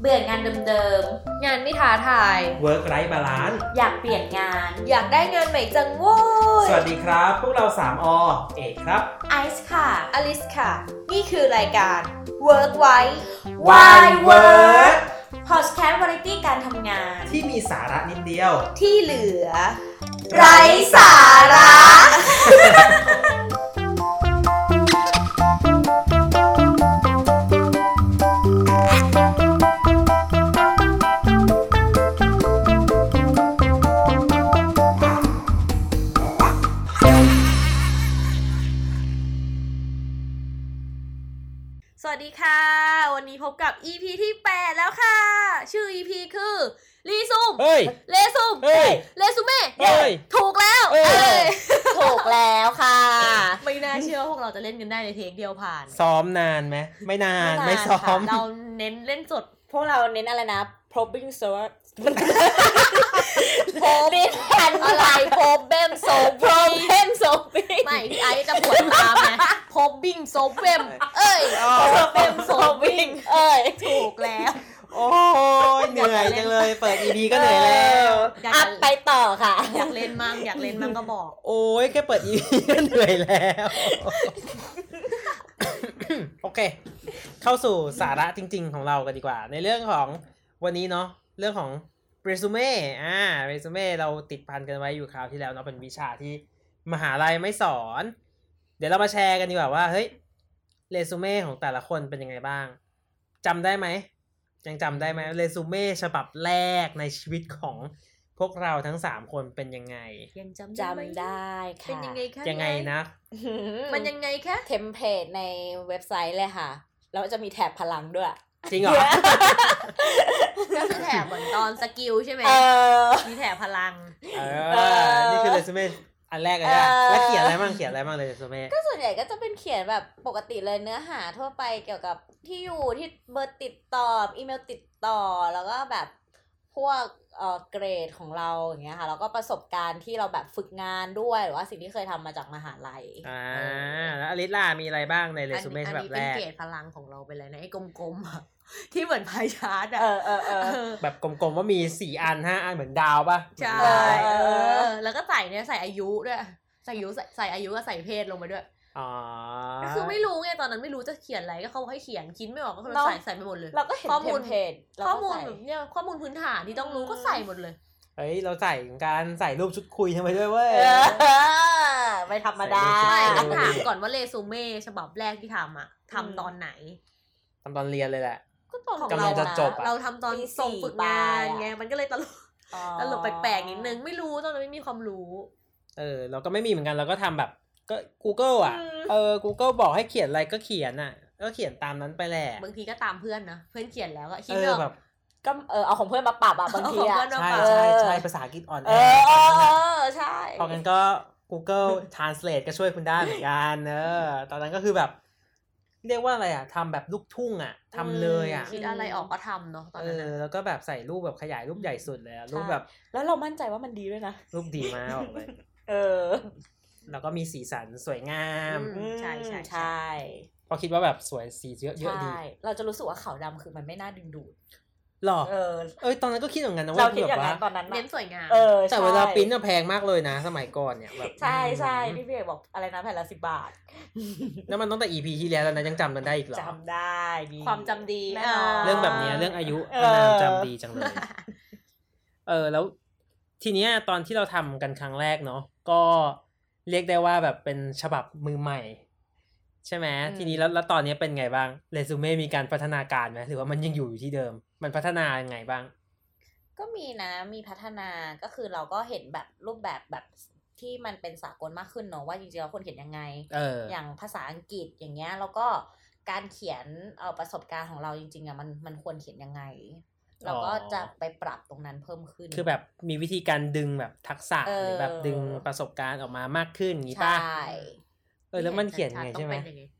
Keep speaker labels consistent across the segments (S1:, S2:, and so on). S1: เบื่องานเดิม
S2: งานไม่ท้าทาย
S3: Work Life Balance
S1: ๆ อยากเปลี่ยนงาน
S2: อยากได้งานใหม่จังโว้ย
S3: สวัสดีครับ พวกเรา 3 อ เอกครับ
S1: ไอซ์ค่ะ
S2: อลิสค่ะ นี่คือรายการ Work ไว้
S3: Why Work
S1: พอดแคสต์วาไรตี้การทำงาน
S3: ที่มีสาระนิดเดียว
S2: ที่เหลือ
S1: ไร้สาระ
S2: สวัสดีค่ะ วันนี้พบกับ EP ที่ 8 แล้วค่ะ ชื่อ EP คือรีซุม
S3: เฮ้ย
S2: เลซุม
S3: เฮ้ย
S2: เลซุเม่
S3: เฮ้ย
S2: ถูกแล้ว
S3: เฮ้ย
S2: เอ้ย
S1: ถูกแล้วค่ะ
S2: ไม่น่าเชื่อว่าพวกเราจะเล่นกันได้ในเทคเดียวผ่าน
S3: ซ้อมนานไหม ไม่นาน ไม่ซ้อม
S2: เราเน้นเล่นสด
S1: พวกเราเน้นอะไรนะ probing s o r โพบดิ้นแผ่น
S2: อะไรโพบเบมโซบ
S1: โพบเล่นโซบิง
S2: ไม่พี่ไอซ์จะปวดตามไงโพบบิ้งโซบเบมเอ้ยโพบเบมโซบ
S1: บิงเอ้ย
S2: ถูกแล้ว
S3: โอ้ยเหนื่อยจังเลย เปิด EP ก็เหนื่อยแล้ว
S2: อยาก
S1: อัพ
S2: จะ
S1: ไปต่อค่ะ
S2: อยากเล่นมั่งอยากเล่นมั่งก็บอก
S3: โอ้ย แค่เปิด EP ก็ เหนื่อยแล้ว โอเค เข้าสู่สาระจริง ๆ ของเรากันดีกว่า ในเรื่องของวันนี้เนาะ เรื่องของ resume อ่า resume เราติดพันกันไว้อยู่คราวที่แล้วเนาะ เป็นวิชาที่มหาลัยไม่สอน เดี๋ยวเรามาแชร์กันดีกว่าว่า เฮ้ย resume ของแต่ละคนเป็นยังไงบ้าง จำได้ไหม ยังจำได้ไหม resume ฉบับแรกในชีวิตของพวกเราทั้งสามคนเป็นยังไง
S2: ยังจำ
S1: จำได้ค่ะ
S2: เป็นยังไงคะ
S3: ยังไงนะ
S2: มันยังไงคะ
S1: เทมเพลตในเว็บไซต์เลยค่ะ แล้วจะมีแถบพลังด้วย
S3: จริงเหรอ
S2: ก็คือแถบเหมือนตอนสกิลใช่ไหม
S1: เออ
S2: มีแถบพลัง
S3: เอ
S1: เอ
S3: อ
S1: อ
S3: นี่คือเรซูเม่อันแรกเลยนะ
S1: เออ
S3: แล้วเขียนอะไรบ้างเขียนอะไรบ้างเลยเรซูเม่
S1: ก็ส่วนใหญ่ก็จะเป็นเขียนแบบปกติเลยเนื้อหาทั่วไปเกี่ยวกับที่อยู่ที่เบอร์ติดต่ออีเมลติดต่อแล้วก็แบบพวกเออเกรดของเราอย่างเงี้ยค่ะแล้วก็ประสบการณ์ที่เราแบบฝึกงานด้วยหรือว่าสิ่งที่เคยทำมาจากมหาลัย
S3: อ่า
S1: เออ
S3: แล้วอลิสล่ามีอะไรบ้างในเรซูเม่
S2: อั
S3: ฉ
S2: น
S3: บับ
S2: นี้
S3: แร
S2: เป็น
S3: ก
S2: เกรดพลังของเราไปเลยนะไอ้กลม ๆอะที่เหมือนพายชาร์ตอะ
S1: เออเออเออ
S2: เออ
S3: แบบกลมๆว่ามีสี่อันห้าอันเหมือนดาวป่ะ
S2: ใช่
S3: เหมือนดาว
S2: เออ แล้วก็ใส่เนี่ยใส่อายุด้วย ใส่อายุใส่ใส่อายุก็ใส่เพศลงไปด้วย
S3: อ๋อ
S2: ก็คือไม่รู้ไงตอนนั้นไม่รู้จะเขียนอะไรก็เขาให้เขียนคิดไม่ออกก็เลย
S1: เนอะ
S2: ใส่ใส่ไปหมดเลย
S1: เราก็เห็น
S2: ข้อมู
S1: เทม
S2: ล
S1: เพลตเรา
S2: ข้อ
S1: ก็
S2: มูล
S1: ใส่
S2: แบบเนี่ยข้อมูลพื้นฐานที่ต้องรู้ก็ใส่หมดเลย
S3: เฮ้ย เราใส่เหมือนกันใส่รูปชุดคุยทำไมด้วยเว้ย
S1: เออ ไม่ธรรมดา
S3: ใช่
S2: ใช่ต้องถามก่อนว่าเรซูเม่ฉบับแรกที่ทำอ่ะทำตอนไหน
S3: ทำตอนเรียนเลยแหละ
S2: ก็ตอนของ
S3: กำลั
S2: เรา
S3: งจะ
S2: อะ
S3: จบอะ
S2: เราทำตอน
S1: ปีสี่
S2: ส่งฝึกงาน
S1: ปลายอะ
S2: ไงมันก็เลยตลก
S1: อ๋อ
S2: ตลกแปลกๆนิดนึงไม่รู้ตอนนั้นไม่มีความรู้
S3: เออ เราก็ไม่มีเหมือนกันเราก็ทำแบบก็ Google อ่ะ
S2: อืม
S3: เออ Google บอกให้เขียนอะไรก็เขียนอ่ะ ก็เขียนตามนั้นไปแหละ
S2: บางทีก็ตามเพื่อนนะเพื่อนเขียนแล้วก็คิด
S3: เอ
S2: ไม่
S3: อ
S2: ออก
S3: แบบ
S1: ก็เออเอาของเพื่อนมาปรับอ่ะบางที
S2: เอาของเพื่
S1: อ่ะ
S2: อน
S3: ใช่
S2: เออ
S3: ใช่ใช่ภาษาอังกฤษอ่อนแอ
S1: เออเออเออใช่
S3: เพราะงั้นก็ Google Translate ก็ช่วยคุณได้เหมือนกันเออ ตอนนั้นก็คือแบบ เรียกว่าอะไรอ่ะทำแบบลูกทุ่งอ่ะทำเลยอ่ะ
S2: คิดอะไรออกก็ทำเนาะตอน
S3: เอ
S2: นั้น
S3: อ
S2: อะ
S3: แล้วก็แบบใส่รูปแบบขยายรูปใหญ่สุดเลยอะรูปแบบ
S1: แล้วเรามั่นใจว่ามันดีด้วยนะ
S3: รูปดีมากบอกเลย
S1: เออ
S3: แล้วก็มีสีสันสวยงาม
S2: อืมใช่ใช่
S1: ใช่
S3: เพราะคิดว่าแบบสวยสีเยอะเยอะ
S1: ใช่
S3: ดี
S1: เราจะรู้สึกว่าขาวดำคือมันไม่น่าดึงดูด
S3: หรอ
S1: เออ
S3: เอ้ยตอนนั้นก็คิดเหมือนกันนะ
S1: เรา
S3: ว่า
S1: คิด
S3: แบ
S1: อย่า
S3: บ
S1: ง
S3: ว่า
S1: นั้นตอนนั้น
S2: เน้น
S1: นะ
S2: สวยงาม
S1: เออ
S3: แต่
S1: ใช่
S3: เวลาปริ้นอะแพงมากเลยนะ สมัยก่อนเนี่ยแบบ
S1: ใช่ใช่
S3: อื
S1: พี่
S3: ม
S1: เพียบอกอะไรนะแผ่นละสิบบาท
S3: แล้วมันตั้งแต่ EP ที่แล้วแล้วนะยังจำมันได้อีกเหรอ
S1: จำได้ดี
S2: ความจำดี
S1: แน่นอน
S3: เรื่องแบบเนี้ยเรื่องอายุ
S1: เออ
S3: นามจำดีจังเลย เออแล้วทีเนี้ยตอนที่เราทำกันครั้งแรกเนาะก็เรียกได้ว่าแบบเป็นฉบับมือใหม่ ใช่ไหม
S1: อืม
S3: ทีนี้แล้วแล้วตอนเนี้ยเป็นไงบ้างเรซูเม่มีการพัฒนาการไหมหรือว่ามันยังอยู่อยู่ที่เดิม มันพัฒนายังไงบ้าง
S1: ก็มีนะมีพัฒนาก็คือเราก็เห็นแบบรูปแบบแบบที่มันเป็นสากลมากขึ้นเนอะว่าจริงๆแล้วคนเขียนยังไง
S3: เอออ
S1: อย่างภาษาอังกฤษอย่างเงี้ยแล้วก็การเขียนเอ่อประสบการณ์ของเราจริงๆอะมันมันควรเขียนยังไง เราก็จะไปปรับตรงนั้นเพิ่มขึ้น
S3: คือแบบมีวิธีการดึงแบบทักษะ
S1: เออ
S3: หรือแบบดึงประสบการณ์ออกมามากขึ้นอย่างงี้ป่ะ
S1: ใช่
S3: เออแล้วมันเขียนยังไง
S2: ต้อ
S3: ใช่ไหม
S2: เป็นยังง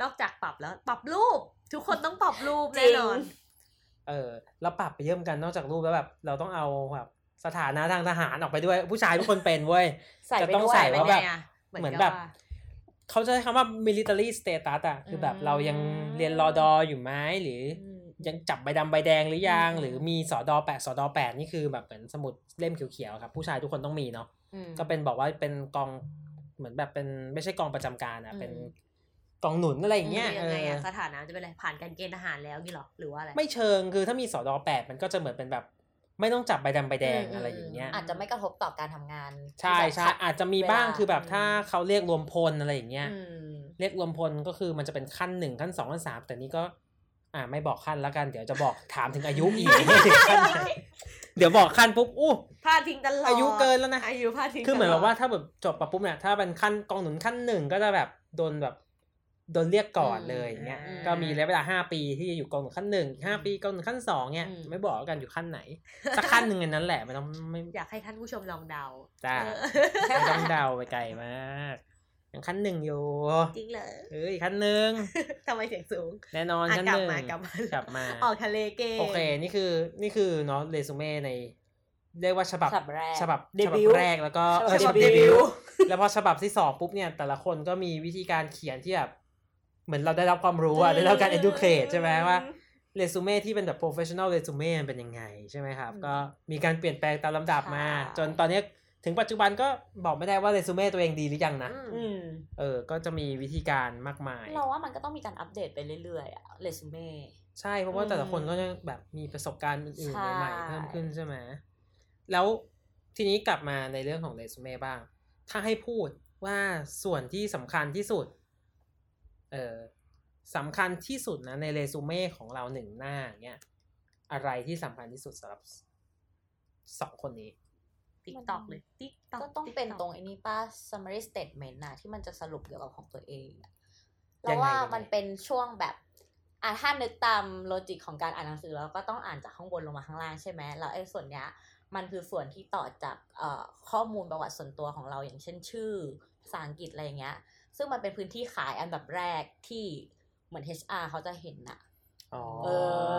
S2: นอกจากปรับแล้วปรับรูป ทุกคนต้องปรับรูป
S1: จริง
S2: แน่นอน
S3: เออแล้วปรับไปเยี่ยมอนกันนอกจากรูปแล้วแบบเราต้องเอาแบบสถานะทางทหารออกไปด้วย ผู้ชายทุกคนเป็นเว้ย
S1: ใส่
S3: จะ
S1: ไป
S3: ต้อง
S1: ด้วย
S3: ใส่ว่าแบบ
S2: ไงอะ
S3: เหมือนแบบ
S2: ว่า
S3: เขาจะใช้คำว่า military status อะคือแบบ
S2: อืม
S3: เรายังเรียนรอดออยู่ไหมหรือ
S2: อื
S3: อ
S2: ม
S3: ยังจับใบดำใบแดงหรือยัง
S2: อืม
S3: หรือมีสอดอแปดสอดอแปดนี่คือแบบเหมือนสมุดเล่มเขียวๆครับ ผู้ชายทุกคนต้องมีเนาะ
S1: อืม
S3: ก็เป็นบอกว่าเป็นกองเหมือนแบบเป็นไม่ใช่กองประจำการอะ
S1: อืม
S3: เป็นกองหนุนอะไรอย่างเงี้ย
S2: ป็น
S3: เอ
S2: ยังไง
S3: อ
S2: อะสถานะจะเป็นอะไรผ่านการเกณฑ์ทหารแล้วนี่หรอหรือว่าอะไร
S3: ไม่เชิงคือถ้ามีสอดอแปดมันก็จะเหมือนเป็นแบบ ไม่ต้องจับใบดำใบแดง
S1: มม
S3: อะไรอย่างเงี้ย
S1: อาจจะไม่กระทบต่อการทำงาน
S3: ใช่ใช่
S1: ที่แบบขัด
S3: อาจจะมีบ้าง
S1: เวล
S3: คือแบบ
S1: ม
S3: ถ้าเขาเรียกรวมพลอะไรอย่างเงี้ย
S1: อืม
S3: เรียกรวมพลก็คือมันจะเป็นขั้นหนึ่งขั้นสองขั้นสามแต่นี้ก็ อ่าไม่บอกขั้นแล้วกันเดี๋ยวจะบอกถามถึงอายุอีก ขั้นไหนเดี๋ยวบอกขั้นปุ๊บอู้
S2: พาดทิ้งตลอด
S3: อายุเกินแล้วนะ
S2: อายุพาดทิ้ง
S3: คือเหมือนแบบ
S2: ตลด
S3: ว่าถ้าแบบจบปะปุ๊บเนี่ยถ้าเป็นขั้นกองหนุนขั้นหนึ่งก็จะแบบโดนแบบโดนเรียกก่อนเลยอย่างเงี้ย
S1: อืม
S3: ก็มีระยะเวลาห้าปีที่อยู่กองหนุนขั้นหนึ่งห้าปีกองหนุนขั้นสองเนี่ย
S1: อืม
S3: ไม่บอกแล้วกันอยู่ขั้นไหนสักขั้นหนึ่งในนั้นแหละไม่ต้องไม่
S2: อยากให้ท่านผู้ชมลองเดา
S3: จ้า
S2: เอ อ
S3: ไม่ต้องเดาไปไกลมากยังขั้นหนึ่งอยู่
S2: จริงเหรอ
S3: เอ้ยขั้นหนึ่ง
S2: ทำไมเสียงสูง
S3: แน่นอน
S2: อ่ะ
S3: ขั้น
S2: กลับ
S3: หนึ่ง
S2: มากลับมาก
S3: กลับมา
S2: ออกทะเลเกง
S3: โอเคนี่คือนี่คือเนาะเรซูเม่ในเรียกว่าฉบับ
S1: ฉบับแรก
S3: ฉบับ
S1: เด
S3: ฉบั
S1: บิ
S3: บ
S1: วต์
S3: แรกแล้วก็เออ
S1: ฉ
S3: ฉ
S1: บั
S3: บั
S1: บบ เด
S3: เด
S1: บิ
S3: บิ
S1: ว
S3: ว
S1: ต์
S3: ต์ แล้วพอฉบับที่สองปุ๊บเนี่ย แต่ละคนก็มีวิธีการเขียนที่แบบ เหมือนเราได้รับความรู้อะได้รับการ educate ใช่ไหมว่าเรซูเม่ที่เป็นแบบ professional resume มันเป็นยังไงใช่ไหมครับ
S2: อืม
S3: ก็มีการเปลี่ยนแปลงตามลำดับมา
S1: ใช่
S3: จนตอนเนี้ยถึงปัจจุบันก็บอกไม่ได้ว่าเรซูเม่ตัวเองดีหรือยังนะ
S2: อืม
S1: อืม
S3: เออ ก็จะมีวิธีการมากมาย
S1: เราว่ามันก็ต้องมีการอัปเดตไปเรื่อยๆอะเรซูเม่
S3: ใช่เพราะว่า
S1: อืม
S3: แต่ละคนก็จะแบบมีประสบการณ์อื่น
S1: ใช่
S3: ๆใหม่ๆเพิ่มขึ้นใช่ไหมแล้วทีนี้กลับมาในเรื่องของเรซูเม่บ้าง ถ้าให้พูดว่าส่วนที่สำคัญที่สุด เออสำคัญที่สุดนะในเรซูเม่ของเราหนึ่งหน้าเนี่ยอะไรที่สำคัญที่สุดสำหรับสองคนนี้
S2: ติ๊กตอกเลยติ๊กตอก
S1: ก็ต้องเป็นตรงไอ้นี่ป้า summary statement นะที่มันจะสรุปเกี่ยวกับของตัวเองอะ
S3: ยั
S1: เรา
S3: งไง
S1: ว่า
S3: ยังไง
S1: มันเป็นช่วงแบบอ่ะถ้านึกตามโลจิกของการอ่านหนังสือเราก็ต้องอ่านจากข้างบนลงมาข้างล่างใช่ไหมแล้วไอ้ส่วนเนี้ยมันคือส่วนที่ต่อจากเอ่อข้อมูลประวัติส่วนตัวของเราอย่างเช่นชื่อภาษาอังกฤษอะไรอย่างเงี้ย ซึ่งมันเป็นพื้นที่ขายอันดับแรกที่เหมือน HR เขาจะเห็นอะ
S3: อ๋อ
S1: เออ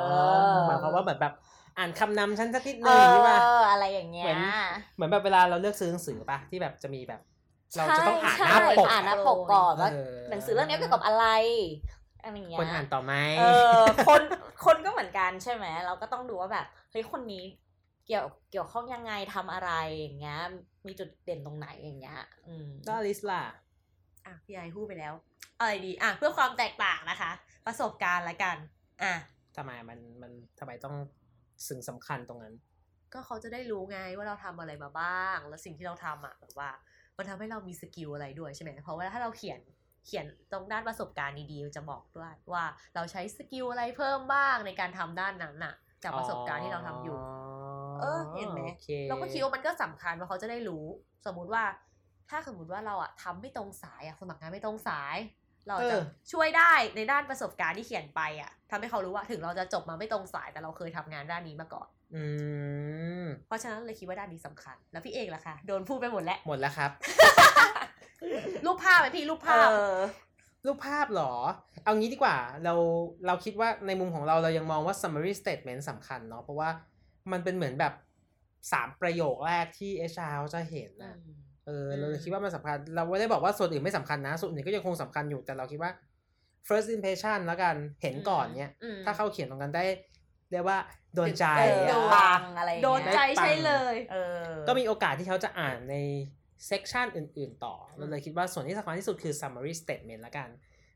S3: หมายความว่าเหมือนแบบ อ่านคำนำชั้นสักนิดห
S1: เอ
S3: นึ่งใช่ปะ
S1: ออะไรอย่างเงี้
S3: เหมื
S1: ย
S3: อน เหมือนแบบเวลาเราเลือกซื้อหนังสือปะที่แบบจะมีแบบ เราจะต้องอ่าน
S1: ใช่
S3: หน้าปก
S1: อ่านหน้าปกก่อนว่าหนังสือเรื่องนี้เกี่ยวกับอะไรอะไรอย่างเงี้ย
S3: คนอ่านต่อไหม
S1: เออคนคนก็เหมือนกันใช่ไหมเราก็ต้องดูว่าแบบเฮ้ยคนนี้เกี่ยวเกี่ยวข้องยังไงทำอะไรอย่างเงี้ย มีจุดเด่นตรงไหนอย่างเงี้ย อืม
S3: แล้วอลิสล่ะ
S2: อ่ะพี่ไอพูดไปแล้วอะไรดีอ่ะเพื่อความแตกต่างนะคะ ประสบการณ์ละกัน อ่ะ
S3: ทำไมมันมันทำไมต้องซึ่งสำคัญตรงนั้น
S2: ก็เขาจะได้รู้ไงว่าเราทำอะไรมาบ้าง แล้วสิ่งที่เราทำอ่ะแบบว่า มันทำให้เรามีสกิลอะไรด้วยใช่ไหมเพราะว่าถ้าเราเขียนเขียนตรงด้านประสบการณ์ดีๆมันจะบอกด้วยว่าเราใช้สกิลอะไรเพิ่มบ้างในการทำด้านนั้นน่ะ จากประสบการณ์ที่เราทำอยู่ เออเห็นไหม
S3: โอค
S2: เราก็คิดว่ามันก็สำคัญว่าเขาจะได้รู้ สมมุติว่า ถ้าสมมติว่าเราอ่ะทำไม่ตรงสายอ่ะสมัครงานไม่ตรงสาย เราจะช่วยได้ในด้านประสบการณ์ที่เขียนไปอ่ะทำให้เขารู้ว่าถึงเราจะจบมาไม่ตรงสายแต่เราเคยทำงานด้านนี้มาก่อน
S3: อืม
S2: เพราะฉะนั้นเลยคิดว่าด้านนี้สำคัญ แล้วพี่เอกล่ะคะโดนพูดไปหมดแล้ว
S3: หมดแล้วครับ
S2: รูปภาพไหมพี่รูปภาพ
S3: รูปภาพเหรอ เอางี้ดีกว่า เราเราคิดว่าในมุมของเราเรายังมองว่า summary statement สำคัญเนาะ เพราะว่ามันเป็นเหมือนแบบสามประโยคแรกที่ HR เขาจะเห็นนะ เออเรา
S2: อืม
S3: คิดว่ามันสำคัญ เราไม่ได้บอกว่าส่วนอื่นไม่สำคัญนะ ส่วนอื่นก็ยังคงสำคัญอยู่แต่เราคิดว่า first impression แล้วกันเห็นก่อนเนี่ย
S2: อืม
S3: ถ้าเขาเขียนตรงกันได้ เรียกว่าโดนใจ
S1: เออ
S2: โดน
S1: ปังอะไรอย่าง
S2: โดน
S1: เงี้ย
S2: ใจใช่เลย
S1: เออ
S3: ก็มีโอกาสที่เขาจะอ่านใน section อื่น ๆ ต่อ เราเลยคิดว่าส่วนที่สำคัญที่สุดคือ summary statement ละกัน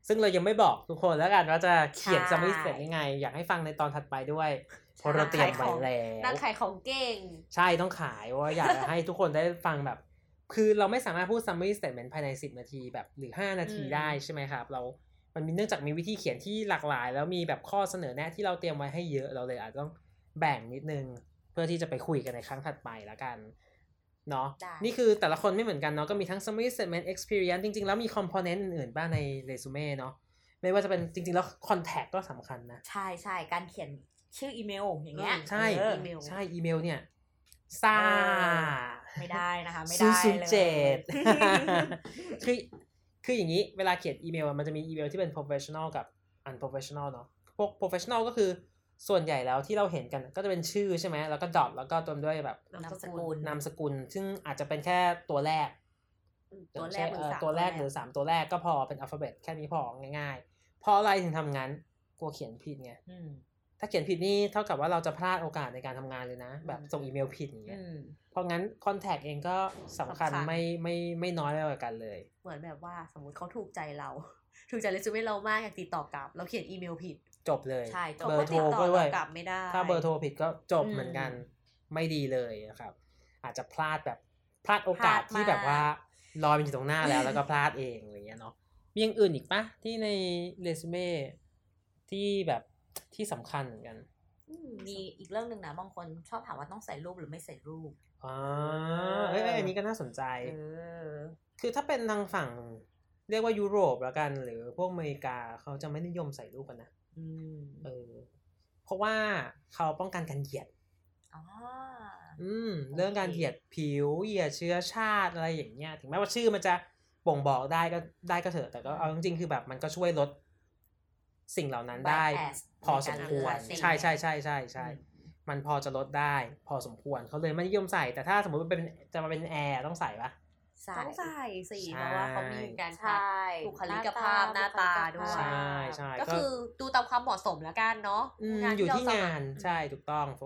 S3: ซึ่งเรายังไม่บอกทุกคนแล้วกันว่าจะเขียน
S1: ใช่
S3: summary statement ยังไง อยากให้ฟังในตอนถัดไปด้วยเพราะเราเตรียมไว้แล้ว
S2: นั่งขายของเก่ง
S3: ใช่ต้องขายเพราะว่าอยากจะให้ทุกคนได้ฟังแบบ คือเราไม่สามารถพูด summary statement ภายใน 10 นาทีแบบหรือ 5 นาที
S2: อืม
S3: ได้ใช่ไหมครับ เรา มันมีเนื่องจากมีวิธีเขียนที่หลากหลาย แล้วมีแบบข้อเสนอแนะที่เราเตรียมไว้ให้เยอะเราเลยอาจจะต้องแบ่งนิดนึง เพื่อที่จะไปคุยกันในครั้งถัดไปละกันเนาะ
S1: ได้
S3: นี่คือแต่ละคนไม่เหมือนกันเนาะก็มีทั้ง summary statement experience จริง ๆ แล้วมี component อื่นๆบ้างใน resume เนาะไม่ว่าจะเป็นจริง ๆ แล้ว contact ก็สำคัญนะ
S1: ใช่ใช่การเขียนชื่ออีเมลอย่างเงี้ย
S3: ใช่
S1: เออ
S2: เมล
S3: ใช่อีเมลเนี่ยซ่า
S1: เอ ไม่ได้นะคะไม่
S3: ศูน
S1: ได้
S3: ย์
S1: เลย
S3: เจ็ ด คือ คืออย่างนี้ เวลาเขียนอีเมลอะมันจะมีอีเมลที่เป็น professional กับ unprofessional เนาะ พวก professional ก็คือส่วนใหญ่แล้วที่เราเห็นกันก็จะเป็นชื่อใช่ไหม แล้วก็ดอทแล้วก็ตามด้วยแบบ
S1: นามสกุล
S3: นามสกุล ซึ่งอาจจะเป็นแค่ตัวแรก
S2: อืม ตัวแรกหรือ
S3: เอ
S2: สาม
S3: ตัวแรก
S2: ตัวแรก
S3: หรือสามตัวแรกก็พอเป็นอัลฟาเบตแค่นี้พอง่ายๆเพราะอะไรถึงทำงั้นกลัวเขียนผิดไง
S2: อืม
S3: ถ้าเขียนผิดนี่เท่ากับว่าเราจะพลาดโอกาสในการทำงานเลยนะ แบบ
S2: อืม
S3: ส่งอีเมลผิดอย่างเงี้ย
S2: อืม
S3: เพราะงั้นคอนแทคเองก็สำคัญ
S2: สำคัญ
S3: ไม่ไม่ไม่น้อยไปกว่ากันเลย
S2: เหมือนแบบว่าสมมติเขาถูกใจเรา ถูกใจเรซูเม่เรามากอยากติดต่อกลับ เราเขียนอีเมลผิด
S3: จบเลย
S2: ใช่จบ
S3: เบอ
S2: ก็
S3: ร์โทร
S2: ติดต่อ
S3: ก็ด้วย
S2: กลับไม่ได้
S3: ถ้าเบอร์โทรผิดก็จบ
S2: อืม
S3: เหมือนกันไม่ดีเลยนะครับ อาจจะพลาดแบบพลาดโอกาส
S2: พลาดมาก
S3: ที่แบบว่าลอยมันอยู่ตรงหน้าแล้ว แล้วก็พลาดเองอะไรเงี้ยเนาะมีอย่างอื่นอีกปะที่ในเรซูเม่ที่แบบที่สำคัญเหมือนกัน
S1: อืมมีอีกเรื่องหนึ่งนะบางคนชอบถามว่าต้องใส่รูปหรือไม่ใส่รูป
S3: อ๋อเอ้ยเอ้ยอันนี้ก็น่าสนใจ
S2: เออ
S3: คือถ้าเป็นทางฝั่ง เรียกว่ายุโรปแล้วกัน หรือพวกอเมริกาเขาจะไม่นิยมใส่รูปกันนะ
S1: อืม
S3: เออเพราะว่าเขาป้องกันการเหยียด
S1: อ๋อ
S3: อืมเรื่องการ
S1: โอเค
S3: เหยียดผิวเหยียดเชื้อชาติอะไรอย่างเงี้ย ถึงแม้ว่าชื่อมันจะบ่งบอกได้ก็ได้ก็เถอะ แต่ก็เอาจริงๆคือแบบมันก็ช่วยลดสิ่งเหล่านั้นได้
S1: Bypass
S3: พอสมควร
S1: ในการเลือกสิ่ง
S3: ใช่ใช่ใช่ใช่ใช่
S2: อืม
S3: มันพอจะลดได้ พอสมควรเขาเลยไม่นิยมใส่ แต่ถ้าสมมติว่าเป็นจะมาเป็นแอร์ต้องใส่ปะ
S1: ใส่
S2: ต้องใส่สิเพ
S3: ใช่
S2: ราะว่าเขามีการ
S1: ใช่
S2: ถูกคลิกภาพหน้าตาด้ว
S3: ใช่
S2: ย
S3: ใช่
S2: ก็
S3: ก็
S2: คือดูตามความเหมาะสมแล้วกันเนาะ
S3: อืม
S2: งาน
S3: อยู่ที่
S2: เรส
S3: งา
S2: มัคน ร
S3: ใช่ถูกต้องโฟ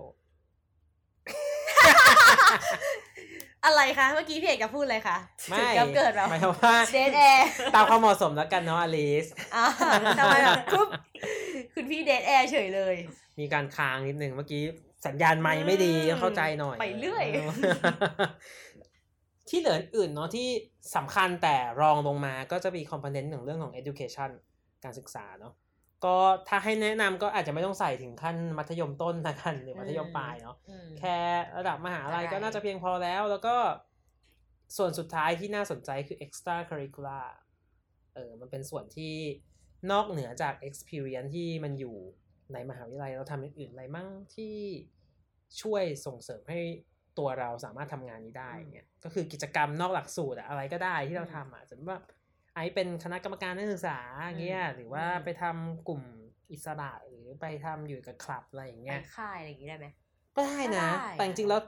S2: อะไรคะเมื่อกี้พี่เอกจะพูดอะไรคะ
S3: ไม่
S2: ถึงกับเกิดแบบ
S3: หมายความว่า
S2: เดนแอร์
S3: ตามความเหมาะสมแล้วกันเนาะอลิส
S2: อ่าทำไมแบบปุ๊บคุณพี่เดทแอร์เฉยเลย
S3: มีการค้างนิดหนึ่งเมื่อกี้สัญญาณไม่ไม่ดี
S2: อืม
S3: เข้าใจหน่อย
S2: ไปเรื่อย
S3: ที่เหลืออื่นเนาะที่สำคัญแต่รองลงมาก็จะมีคอมโพเนนต์ของเรื่องของ education การศึกษาเนาะก็ถ้าให้แนะนำก็อาจจะไม่ต้องใส่ถึงขั้นมัธยมต้นละกันหรือมัธยมปลายเนาะแค่ระดับมหาลัยก็น่าจะเพียงพอแล้ว แล้วก็ส่วนสุดท้ายที่น่าสนใจคือ extra curricular เออมันเป็นส่วนที่นอกเหนือจาก experience ที่มันอยู่ในมหาวิทยาลัยเราทำอย่างอื่นอะไรมั่งที่ช่วยส่งเสริมให้ตัวเราสามารถทำงานนี้ได้เนี่ยก็คือกิจกรรมนอกหลักสูตรอะอะไรก็ได้ที่เราทำอะสมมติว่าไอซ์เป็นคณะกรรมการนักศึกษาอย่างเงี้ย
S2: อืม
S3: หรือว่าไปทำกลุ่มอิสระหรือไปทำอยู่กับคลับอะไรอย่าง
S2: ไง
S3: เงี้ย
S2: ค่ายอะไรอย่างนี้ได้ไหม
S3: ก็ได้นะ
S1: ก็ได้
S3: แต่จริงๆแล้ว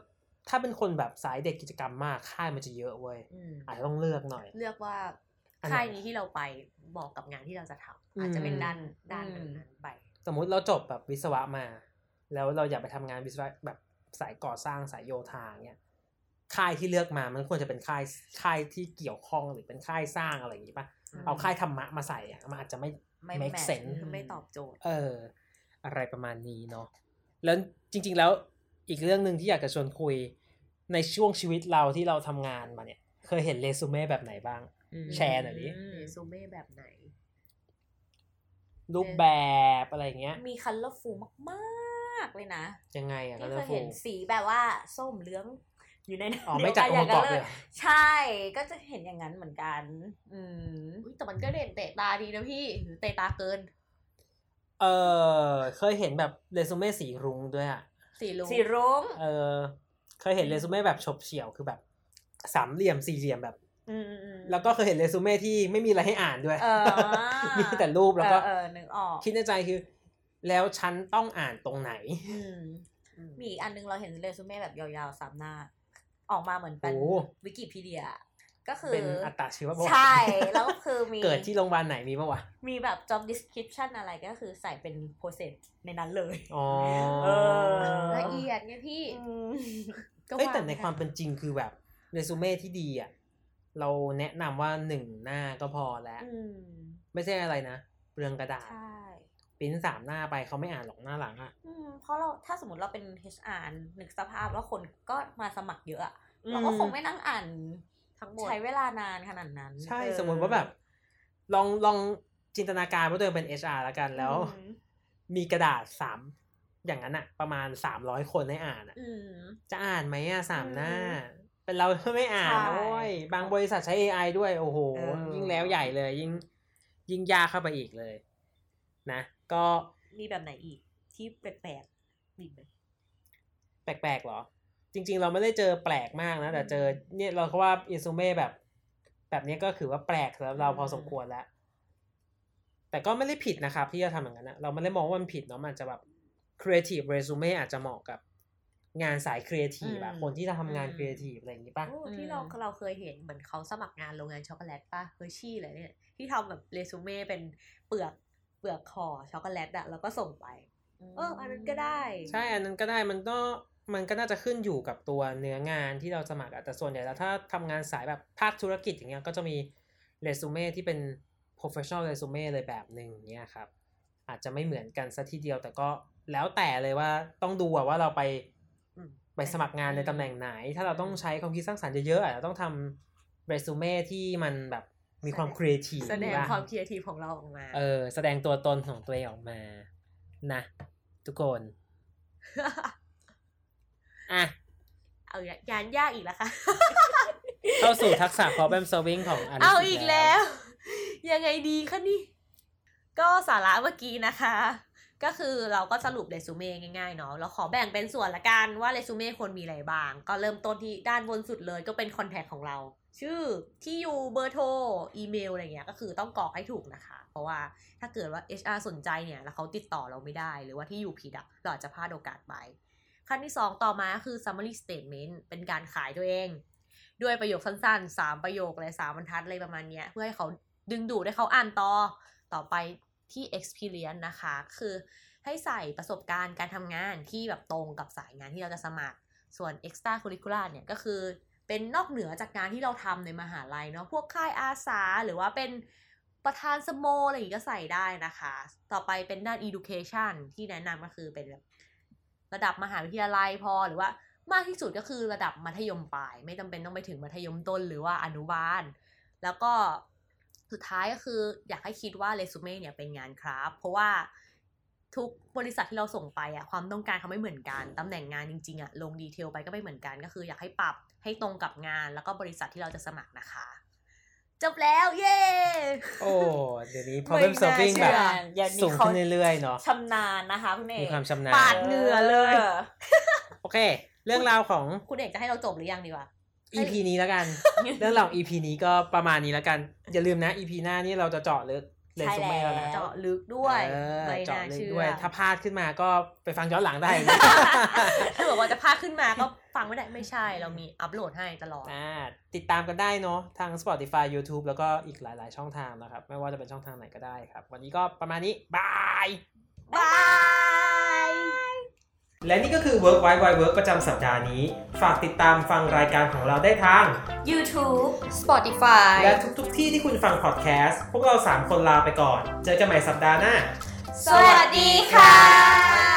S3: ถ้าเป็นคนแบบสายเด็กกิจกรรมมากค่ายมันจะเยอะเว้ย
S2: อืม
S3: อาจจะต้องเลือกหน่อย
S2: เลือกว่า
S3: อันไหน
S2: ค่ายนี้ที่เราไปเหมาะกับงานที่เราจะทำอาจจะเป็น
S3: อืม
S2: ด้านด้าน
S1: อืม
S2: นั้นๆไป
S3: สมมุติเราจบแบบวิศวะมา แล้วเราอยากไปทำงานวิศวะแบบสายก่อสร้างสายโยธาเนี่ยค่ายที่เลือกมามันควรจะเป็นค่ายค่ายที่เกี่ยวข้องหรือเป็นค่ายสร้างอะไรอย่างงี้ปะเอาค่ายธรรมะมาใส่อะมันอาจจะไม่
S1: ไม่
S3: make
S1: match
S3: sense
S2: คือไม่ตอบโจทย์
S3: เออ อะไรประมาณนี้เนาะแล้วจริง ๆแล้วอีกเรื่องหนึ่งที่อยากจะชวนคุยในช่วงชีวิตเราที่เราทำงานมาเนี่ย เคยเห็นเรซูเม่แบบไหนบ้าง แชร์หน่อยดิ
S2: เรซูเม่แบบไหน
S3: รูปแบบอะไรอย่างเงี้ย
S1: มีคัลเลอร์ฟูมากๆเลยนะ
S3: ยังไงอะ
S1: ที่
S3: เล
S1: เค
S3: อย ฟู
S1: เห็นสีแบบว่าส้มเหลืองอยู่ใน
S3: อ๋อไม่จัดองค์ประกอบเลยเหรอ
S1: ใช่ก็จะเห็นอย่างนั้นเหมือนกัน อืม
S2: อุ๊ยแต่มันก็เด่นเตะตาดีนะพี่หรือเตะตาเกิน
S3: เออเคยเห็นแบบเรซูเม่สีรุ้งด้วยอะ
S2: สีลุง
S1: สีรุ้ง
S3: เออเคยเห็นเรซูเม่แบบฉบเฉี่ยวคือแบบสามเหลี่ยมสี่เหลี่ยมแบบ
S2: อืมอืม
S3: แล้วก็เคยเห็นเรซูเม่ที่ไม่มีอะไรให้อ่านด้วย
S1: เออ
S3: มีแต่รูปแล้วก็
S1: เออเออนึกออก
S3: คิดในใจคือ แล้วฉันต้องอ่านตรงไหน
S1: อืมมีอีกอันนึงเราเห็นเรซูเม่แบบยาวๆสามหน้า ออกมาเหมือนเป็น
S3: โอ้
S1: วิกิพีเดีย ก็คือ
S3: เป็นอัตตาชีวประวัติ
S1: ใช่แล้วก็คือมี
S3: เกิดที่โรงพยาบาลไหนมีปะวะ
S1: มีแบบ job description อะไรก็คือใส่เป็น process ในนั้นเลย
S3: อ๋อ
S1: เออ
S2: ละเอียดไงพี่ก็
S3: เอ้ย
S2: ง
S3: แต่ในความเป็นจริงคือแบบเรซูเม่ที่ดีอ่ะเราแนะนำว่าหนึ่งหน้าก็พอแล้ว
S1: อืม
S3: ไม่ใช่อะไรนะเปลืองกระดาษ
S1: ใช่
S3: ปริ้นสามหน้าไปเขาไม่อ่านหรอกหน้าหลังอ่ะ
S1: อืมเพราะเราถ้าสมมติเราเป็น HR นึกสภาพว่าคนก็มาสมัครเยอะอะเราก็คงไม่นั่งอ่าน
S2: ทั้งหมด
S1: ใช้เวลานานขนาดนั้น
S3: ใช่
S1: เออ
S3: สมมติว่าแบบ ลองลองจินตนาการว่าตัวเองเป็น HR แล้วกันแล้ว
S1: อืม
S3: มีกระดาษสามอย่างนั้นอะประมาณสามร้อยคนให้อ่านอะ
S1: อืม
S3: จะอ่านไหมอะสาม
S1: อืม
S3: หน้า เป็นเราไม่อ่าน
S1: ใช่
S3: โอ้ยบางบริษัทใช้ AI ด้วย โอ้โห
S1: เออ
S3: ยิ่งแล้วใหญ่เลย ยิ่งยิ่งยากเข้าไปอีกเลย นะ ก็
S2: มีแบบไหนอีก ที่แปลกๆมีไหม
S3: แปลกๆเหรอ จริง ๆ เราไม่ได้เจอแปลกมากนะ แต่เจอเนี่ยเราก็ว่าอิซูเม่แบบ แบบนี้ก็คือว่าแปลกสำหรับเราพอสมควรแล้ว แต่ก็ไม่ได้ผิดนะครับ ที่จะทำอย่างนั้นนะเราไม่ได้มองว่ามันผิดเนาะมันอาจจะแบบ creative resume อาจจะเหมาะกับ งานสายครีเอทีฟอะ
S2: อืม
S3: คนที่จะทำงาน
S2: อืม
S3: ครีเอทีฟอะไรอย่างนี้ป่ะ
S2: โอ้ที่เราเราเคยเห็นเหมือนเขาสมัครงานโรงงานช็อกโกแลตป่ะเฮอร์ชี่อะไรเนี่ยที่ทำแบบเรซูเม่เป็นเปลือกเปลือกคอช็อกโกแลตอะแล้วก็ส่งไป เอออันนั้นก็ได้
S3: ใช่อันนั้นก็ได้มันก็มันก็น่าจะขึ้นอยู่กับตัวเนื้องานที่เราสมัครอะแต่ส่วนใหญ่แล้วถ้าทำงานสายแบบภาคธุรกิจอย่างเงี้ยก็จะมีเรซูเม่ที่เป็น professional resume เลยแบบหนึ่งอย่างเงี้ยครับอาจจะไม่เหมือนกันซะทีเดียวแต่ก็แล้วแต่เลยว่าต้องดูอะว่าเราไป
S2: อืม
S3: ไปสมัครงานในตำแหน่งไหน ถ้าเราต้องใช้ความคิดสร้างสรรค์เยอะๆอาจจะต้องทำเรซูเม่ที่มันแบบมีความครีเอทีฟ
S2: แสดงความครีเอทีฟของเราออกมา
S3: เออแสดงตัวตนของตัวเองออกมา นะ ทุกคน อ่ะ
S2: เอา อย่างงานยากอีกแล้วค่ะ
S3: เข้าสู่ทักษะ problem solving ของอัน
S2: เอาอีกแล้ว ยังไงดีคะนี่ ก็สาระเมื่อกี้นะคะ ก็คือเราก็สรุปเรซูเม่ง่ายๆเนาะเราขอแบ่งเป็นส่วนละกันว่าเรซูเม่ควรมีอะไรบ้าง ก็เริ่มต้นที่ด้านบนสุดเลยก็เป็นคอนแทคของเรา ชื่อที่อยู่เบอร์โทรอีเมลอะไรเงี้ยก็คือต้องกรอกให้ถูกนะคะ เพราะว่าถ้าเกิดว่า HR สนใจเนี่ยแล้วเขาติดต่อเราไม่ได้หรือว่าที่อยู่ผิดอะเราอาจจะพลาดโอกาสไป ขั้นที่ 2 ต่อมาก็คือ summary statement เป็นการขายตัวเอง ด้วยประโยคสั้นๆ 3 ประโยคเลยสามบรรทัดเลยประมาณเนี้ย เพื่อให้เขาดึงดูดให้เขาอ่านต่อ ต่อไปที่ experience นะคะ คือให้ใส่ประสบการณ์การทำงานที่แบบตรงกับสายงานที่เราจะสมัคร ส่วน extra curricular เนี่ยก็คือเป็นนอกเหนือจากงานที่เราทำในมหาลัยเนาะพวกค่ายอาสาหรือว่าเป็นประธานสโมอะไรอย่างงี้ก็ใส่ได้นะคะ ต่อไปเป็นด้าน education ที่แนะนำก็คือเป็นแบบระดับมหาวิทยาลัยพอหรือว่า มากที่สุดก็คือระดับมัธยมปลาย ไม่จำเป็นต้องไปถึงมัธยมต้นหรือว่าอนุบาล แล้วก็สุดท้ายก็คืออยากให้คิดว่าเรซูเม่เนี่ยเป็นงานคราฟต์เพราะว่าทุกบริษัทที่เราส่งไปอะความต้องการเขาไม่เหมือนกัน ตำแหน่งงานจริงๆอะลงดีเทลไปก็ไม่เหมือนกัน ก็คืออยากให้ปรับให้ตรงกับงานแล้วก็บริษัทที่เราจะสมัครนะคะ จบแล้ว เย้
S3: โอ้ เดี๋ยวนี้ problem
S1: ไม่น่า
S3: solving
S1: เชื่
S3: แบ
S1: อบ เดี๋ยวนี้
S3: สูง
S1: เขา
S3: ขึ้นเรื่อยๆ เนาะ
S1: ชำนาญนะคะคุณเอก
S3: มีความชำนาญ
S2: ปาดเหงื่อเลย
S1: ออ
S3: โอเค เรื่องราวของ
S2: คุณเอกจะให้เราจบหรือยังดีวะ
S3: EP นี้แล้ว กัน เรื่องราวของ EP นี้ก็ประมาณนี้แล้วกัน อย่าลืมนะ EP หน้านี่เราจะเจาะลึกเรซูเม่แล้วนะ
S2: เจาะลึกด้วย
S3: เออ
S2: ไม่
S3: เจาะ
S2: น่า
S3: ลึก
S2: เชื่
S3: ด้วย
S2: อ
S3: ถ้าพลาดขึ้นมาก็ไปฟังย้อนหลังได้
S2: ถ้าบอกว่าจะพลาดขึ้นมาก็ฟังไม่ได้ไม่ใช่ เรามีอัปโหลดให้ตลอด
S3: อ่าติดตามกันได้เนาะทาง Spotify YouTube แล้วก็อีกหลาย ๆ ช่องทางนะครับ ไม่ว่าจะเป็นช่องทางไหนก็ได้ครับ วันนี้ก็ประมาณนี้ บาย
S1: บาย
S3: และนี่ก็คือ Work Wide Wide Work ประจำสัปดาห์นี้ ฝากติดตามฟังรายการของเราได้ทาง
S1: YouTube
S2: Spotify
S3: และทุก ๆ ที่ที่คุณฟังพอดแคสต์พวกเรา 3 คนลาไปก่อน เจอกันใหม่สัปดาห์หน้า
S1: สวัสดีค่ะ